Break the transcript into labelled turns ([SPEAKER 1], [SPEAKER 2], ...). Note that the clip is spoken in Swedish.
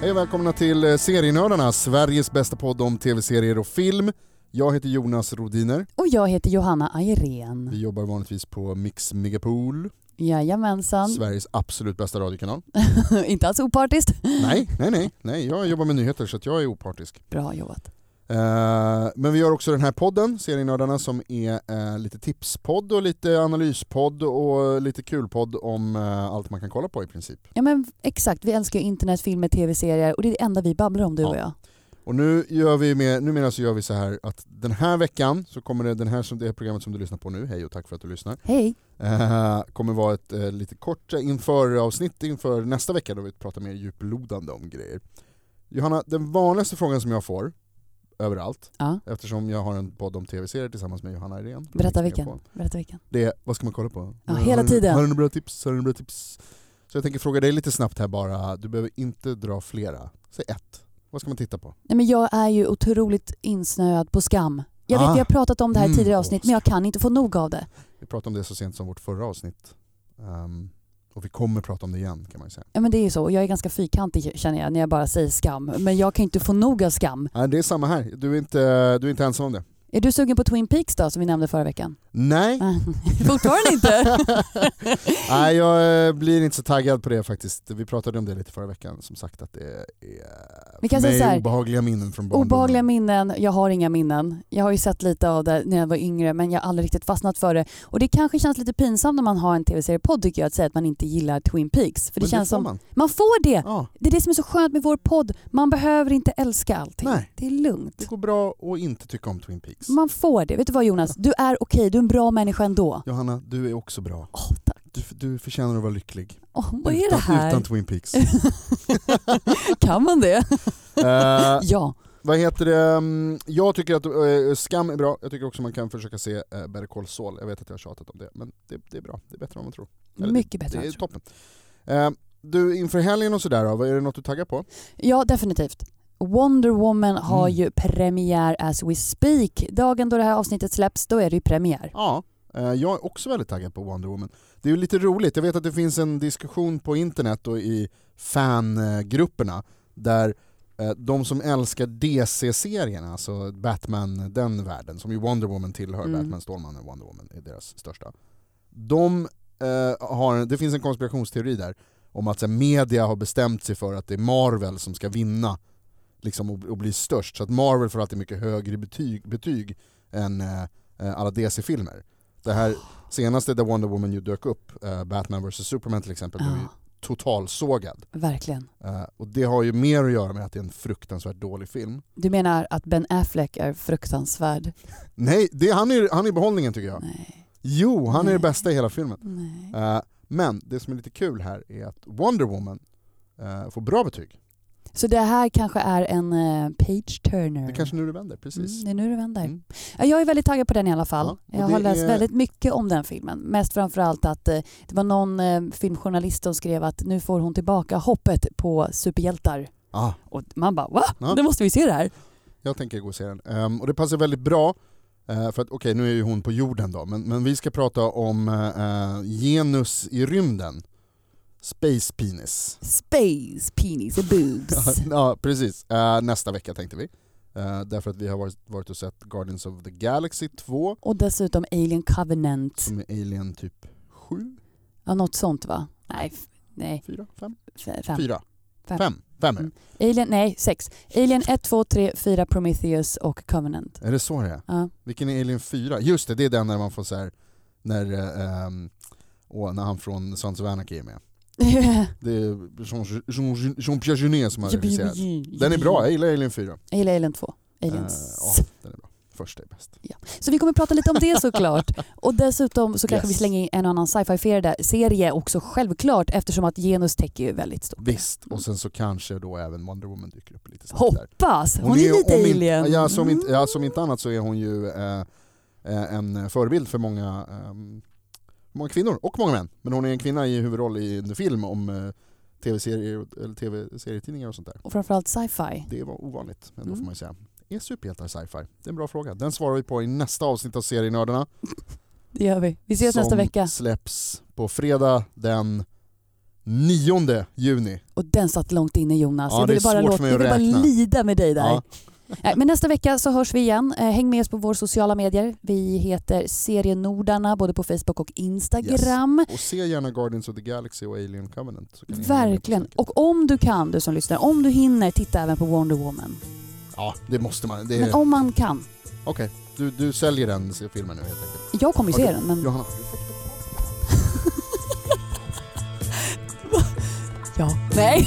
[SPEAKER 1] Hej och välkomna till eh, Serienördarna, Sveriges bästa podd om tv-serier och film. Jag heter Jonas Rodiner.
[SPEAKER 2] Och jag heter Johanna Ayrén.
[SPEAKER 1] Vi jobbar vanligtvis på Mix Megapol,
[SPEAKER 2] Jajamensan.
[SPEAKER 1] Sveriges absolut bästa radiokanal.
[SPEAKER 2] Inte alls opartiskt.
[SPEAKER 1] Nej, nej, nej, nej, jag jobbar med nyheter så att jag är opartisk.
[SPEAKER 2] Bra jobbat.
[SPEAKER 1] Eh, Men vi gör också den här podden, Serienördarna, som är eh, lite tipspodd och lite analyspodd och lite kulpodd om eh, allt man kan kolla på i princip.
[SPEAKER 2] Ja men exakt, vi älskar ju internet, filmer, tv-serier och det är det enda vi babblar om du
[SPEAKER 1] Ja.
[SPEAKER 2] och jag.
[SPEAKER 1] Och nu gör vi med, numera så gör vi så här att den här veckan så kommer det, den här som, det här programmet som du lyssnar på nu, hej och tack för att du lyssnar,
[SPEAKER 2] Hej.
[SPEAKER 1] eh, kommer vara ett eh, lite kort inför-avsnitt inför nästa vecka då vi pratar mer djuplodande om grejer. Johanna, den vanligaste frågan som jag får överallt,
[SPEAKER 2] Ja,
[SPEAKER 1] eftersom jag har en podd om tv-serier tillsammans med Johanna Irén.
[SPEAKER 2] berätta vilken. Berätta vilken.
[SPEAKER 1] Det är, vad ska man kolla på?
[SPEAKER 2] Ja,
[SPEAKER 1] Har-
[SPEAKER 2] hela
[SPEAKER 1] har-
[SPEAKER 2] tiden.
[SPEAKER 1] Har du några bra tips? Har du några bra tips? Så jag tänker fråga dig lite snabbt här bara, du behöver inte dra flera. Säg ett. Vad ska man titta på?
[SPEAKER 2] Nej men jag är ju otroligt insnöad på skam. Jag vet,
[SPEAKER 1] Ah.
[SPEAKER 2] jag har pratat om det här i
[SPEAKER 1] Mm.
[SPEAKER 2] tidigare avsnitt men jag kan inte få nog av det.
[SPEAKER 1] Vi pratade om det så sent som vårt förra avsnitt. Ehm, och vi kommer prata om det igen kan man ju säga.
[SPEAKER 2] Ja men det är ju så, och jag är ganska fyrkantig känner jag när jag bara säger skam. Men jag kan inte få nog av skam.
[SPEAKER 1] Nej, det är samma här, du är, inte, du är inte ensam om det.
[SPEAKER 2] Är du sugen på Twin Peaks då som vi nämnde förra veckan?
[SPEAKER 1] Nej.
[SPEAKER 2] Fortfarande inte?
[SPEAKER 1] Nej, jag eh, blir inte så taggad på det faktiskt. Vi pratade om det lite förra veckan, som sagt att det är för
[SPEAKER 2] Vi kan säga så
[SPEAKER 1] mig
[SPEAKER 2] här,
[SPEAKER 1] obehagliga minnen från barndomen.
[SPEAKER 2] Obehagliga minnen, jag har inga minnen. Jag har ju sett lite av det när jag var yngre men jag har aldrig riktigt fastnat för det. Och det kanske känns lite pinsamt när man har en tv-seriepodd tycker jag att säga att man inte gillar Twin Peaks. För det
[SPEAKER 1] Men
[SPEAKER 2] känns
[SPEAKER 1] får
[SPEAKER 2] som,
[SPEAKER 1] man.
[SPEAKER 2] man får det!
[SPEAKER 1] Ja,
[SPEAKER 2] Det är det som är så skönt med vår podd. Man behöver inte älska allting.
[SPEAKER 1] Nej.
[SPEAKER 2] Det är lugnt.
[SPEAKER 1] det går bra att inte tycka om Twin Peaks.
[SPEAKER 2] Man får det. Vet du vad Jonas? Du är okej, du är en bra människa ändå.
[SPEAKER 1] Johanna, du är också bra.
[SPEAKER 2] Åh tack.
[SPEAKER 1] Du, du förtjänar att vara lycklig.
[SPEAKER 2] Åh, vad är det
[SPEAKER 1] utan,
[SPEAKER 2] här?
[SPEAKER 1] utan Twin Peaks.
[SPEAKER 2] Kan man det?
[SPEAKER 1] Eh,
[SPEAKER 2] Ja.
[SPEAKER 1] Vad heter det? Mm, Jag tycker att eh, Skam är bra, jag tycker också man kan försöka se eh, Better Call Saul. Jag vet att jag har tjatat om det, men det, det är bra. Det är bättre än vad man tror. Eller,
[SPEAKER 2] Mycket bättre.
[SPEAKER 1] Det
[SPEAKER 2] än
[SPEAKER 1] är
[SPEAKER 2] jag tror.
[SPEAKER 1] toppen. Eh, Du, inför helgen och sådär då, vad är det något du taggar på?
[SPEAKER 2] Ja, definitivt. Wonder Woman har
[SPEAKER 1] Mm.
[SPEAKER 2] ju premiär as we speak. Dagen då det här avsnittet släpps, då är det ju premiär.
[SPEAKER 1] Ja. eh, Jag är också väldigt taggad på Wonder Woman. Det är ju lite roligt, jag vet att det finns en diskussion på internet och i fangrupperna där eh, de som älskar DC-serien, alltså Batman, den världen, som ju Wonder Woman tillhör,
[SPEAKER 2] Mm.
[SPEAKER 1] Batman, Stålmannen, Wonder Woman är deras största. De eh, har, det finns en konspirationsteori där om att så här, media har bestämt sig för att det är Marvel som ska vinna liksom, och, och bli störst. Så att Marvel får alltid mycket högre betyg, betyg än eh, eh, alla DC-filmer. Det här senaste där Wonder Woman ju dök upp, eh, Batman vs Superman till exempel, blev ju
[SPEAKER 2] Ja,
[SPEAKER 1] totalsågad.
[SPEAKER 2] verkligen.
[SPEAKER 1] Eh, och det har ju mer att göra med att det är en fruktansvärt dålig film.
[SPEAKER 2] Du menar att Ben Affleck är fruktansvärd?
[SPEAKER 1] Nej, det, han är han är i behållningen tycker jag.
[SPEAKER 2] Nej.
[SPEAKER 1] Jo, han är det
[SPEAKER 2] Nej.
[SPEAKER 1] bästa i hela filmen.
[SPEAKER 2] Nej.
[SPEAKER 1] Eh, men det som är lite kul här är att Wonder Woman eh, får bra betyg.
[SPEAKER 2] Så det här kanske är en eh, page turner?
[SPEAKER 1] Det är kanske nu det vänder, precis.
[SPEAKER 2] Mm, det är nu det vänder.
[SPEAKER 1] Mm.
[SPEAKER 2] Ja, Jag är väldigt taggad på den i alla fall.
[SPEAKER 1] Ja, och
[SPEAKER 2] jag har
[SPEAKER 1] det
[SPEAKER 2] läst
[SPEAKER 1] är-
[SPEAKER 2] väldigt mycket om den filmen. Mest framförallt att eh, det var någon eh, filmjournalist som skrev att nu får hon tillbaka hoppet på superhjältar.
[SPEAKER 1] Ah,
[SPEAKER 2] Och man bara va?
[SPEAKER 1] Ja.
[SPEAKER 2] Nu måste vi se det här.
[SPEAKER 1] jag tänker gå och se den. Ehm, och det passar väldigt bra, eh, för att okej nu är ju hon på jorden då, men, men vi ska prata om eh, genus i rymden. Space penis.
[SPEAKER 2] Space, penis and boobs.
[SPEAKER 1] ja, precis. Eh, nästa vecka tänkte vi. Eh, därför att vi har varit, varit och sett Guardians of the Galaxy 2,
[SPEAKER 2] Och dessutom Alien Covenant.
[SPEAKER 1] som är Alien typ 7,
[SPEAKER 2] Ja, något sånt va? Nej, f- nej
[SPEAKER 1] 4, 5,
[SPEAKER 2] f- fem.
[SPEAKER 1] 4,
[SPEAKER 2] Fem.
[SPEAKER 1] 5. 5 är det.
[SPEAKER 2] Mm. Alien, nej, sex. Alien 1, 2, 3, 4, Prometheus och Covenant.
[SPEAKER 1] Är det så det är?
[SPEAKER 2] Ja.
[SPEAKER 1] Vilken är Alien 4? Just det, det är den när man får så här, när, eh, ehm, åh, när han från Sons of Anarchy är med. Det är Jean- Jean- Jean-Pierre Jeunet som har regisserat. Den är bra, jag gillar Alien 4.
[SPEAKER 2] Jag gillar Alien 2.
[SPEAKER 1] Eh,
[SPEAKER 2] Aliens.
[SPEAKER 1] ja, den är bra. Första är bäst.
[SPEAKER 2] Så vi kommer prata lite om det såklart. Och dessutom så kanske
[SPEAKER 1] Yes.
[SPEAKER 2] vi slänger in en och annan sci-fi där- serie också självklart eftersom att genus täcker ju väldigt stort.
[SPEAKER 1] Visst, och sen så kanske då även Wonder Woman dyker upp lite snabbt där.
[SPEAKER 2] Hoppas! Hon, är, lite
[SPEAKER 1] om
[SPEAKER 2] alien. Mm.
[SPEAKER 1] Inte, ja, som inte, ja, som inte annat så är hon ju eh, eh, en förebild för många, ehm, många kvinnor och många män. Men hon är en kvinna i huvudroll i en film om eh, tv-serier och- eller tv-serietidningar och sånt där.
[SPEAKER 2] Och framförallt sci-fi.
[SPEAKER 1] Det var ovanligt, ändå
[SPEAKER 2] Mm.
[SPEAKER 1] får man ju säga. Är superhjältar sci-fi? Det är en bra fråga. Den svarar vi på i nästa avsnitt av Serienördarna.
[SPEAKER 2] Det gör vi. Vi ses
[SPEAKER 1] som
[SPEAKER 2] nästa vecka.
[SPEAKER 1] släpps på fredag den 9 juni.
[SPEAKER 2] Och den satt långt inne Jonas.
[SPEAKER 1] Ja,
[SPEAKER 2] jag
[SPEAKER 1] det
[SPEAKER 2] ville
[SPEAKER 1] är
[SPEAKER 2] bara,
[SPEAKER 1] svårt
[SPEAKER 2] låta,
[SPEAKER 1] för mig
[SPEAKER 2] jag
[SPEAKER 1] att
[SPEAKER 2] ville bara
[SPEAKER 1] räkna.
[SPEAKER 2] lida med dig där.
[SPEAKER 1] Ja.
[SPEAKER 2] Nej, Men nästa vecka så hörs vi igen. Eh, Häng med oss på våra sociala medier. Vi heter Serienordarna både på Facebook och Instagram. Mm.
[SPEAKER 1] Och se gärna Guardians of the Galaxy och Alien Covenant. så kan ni hänga med på
[SPEAKER 2] Verkligen.
[SPEAKER 1] snacket.
[SPEAKER 2] Och om du kan, du som lyssnar, om du hinner, titta även på Wonder Woman.
[SPEAKER 1] Ja, det måste man. Det
[SPEAKER 2] Men
[SPEAKER 1] är... Okej,
[SPEAKER 2] om man kan.
[SPEAKER 1] du, du säljer den se- filmen nu helt enkelt.
[SPEAKER 2] Jag kommer ju se
[SPEAKER 1] Ja,
[SPEAKER 2] den, men...
[SPEAKER 1] Johanna,
[SPEAKER 2] Ja. Nej.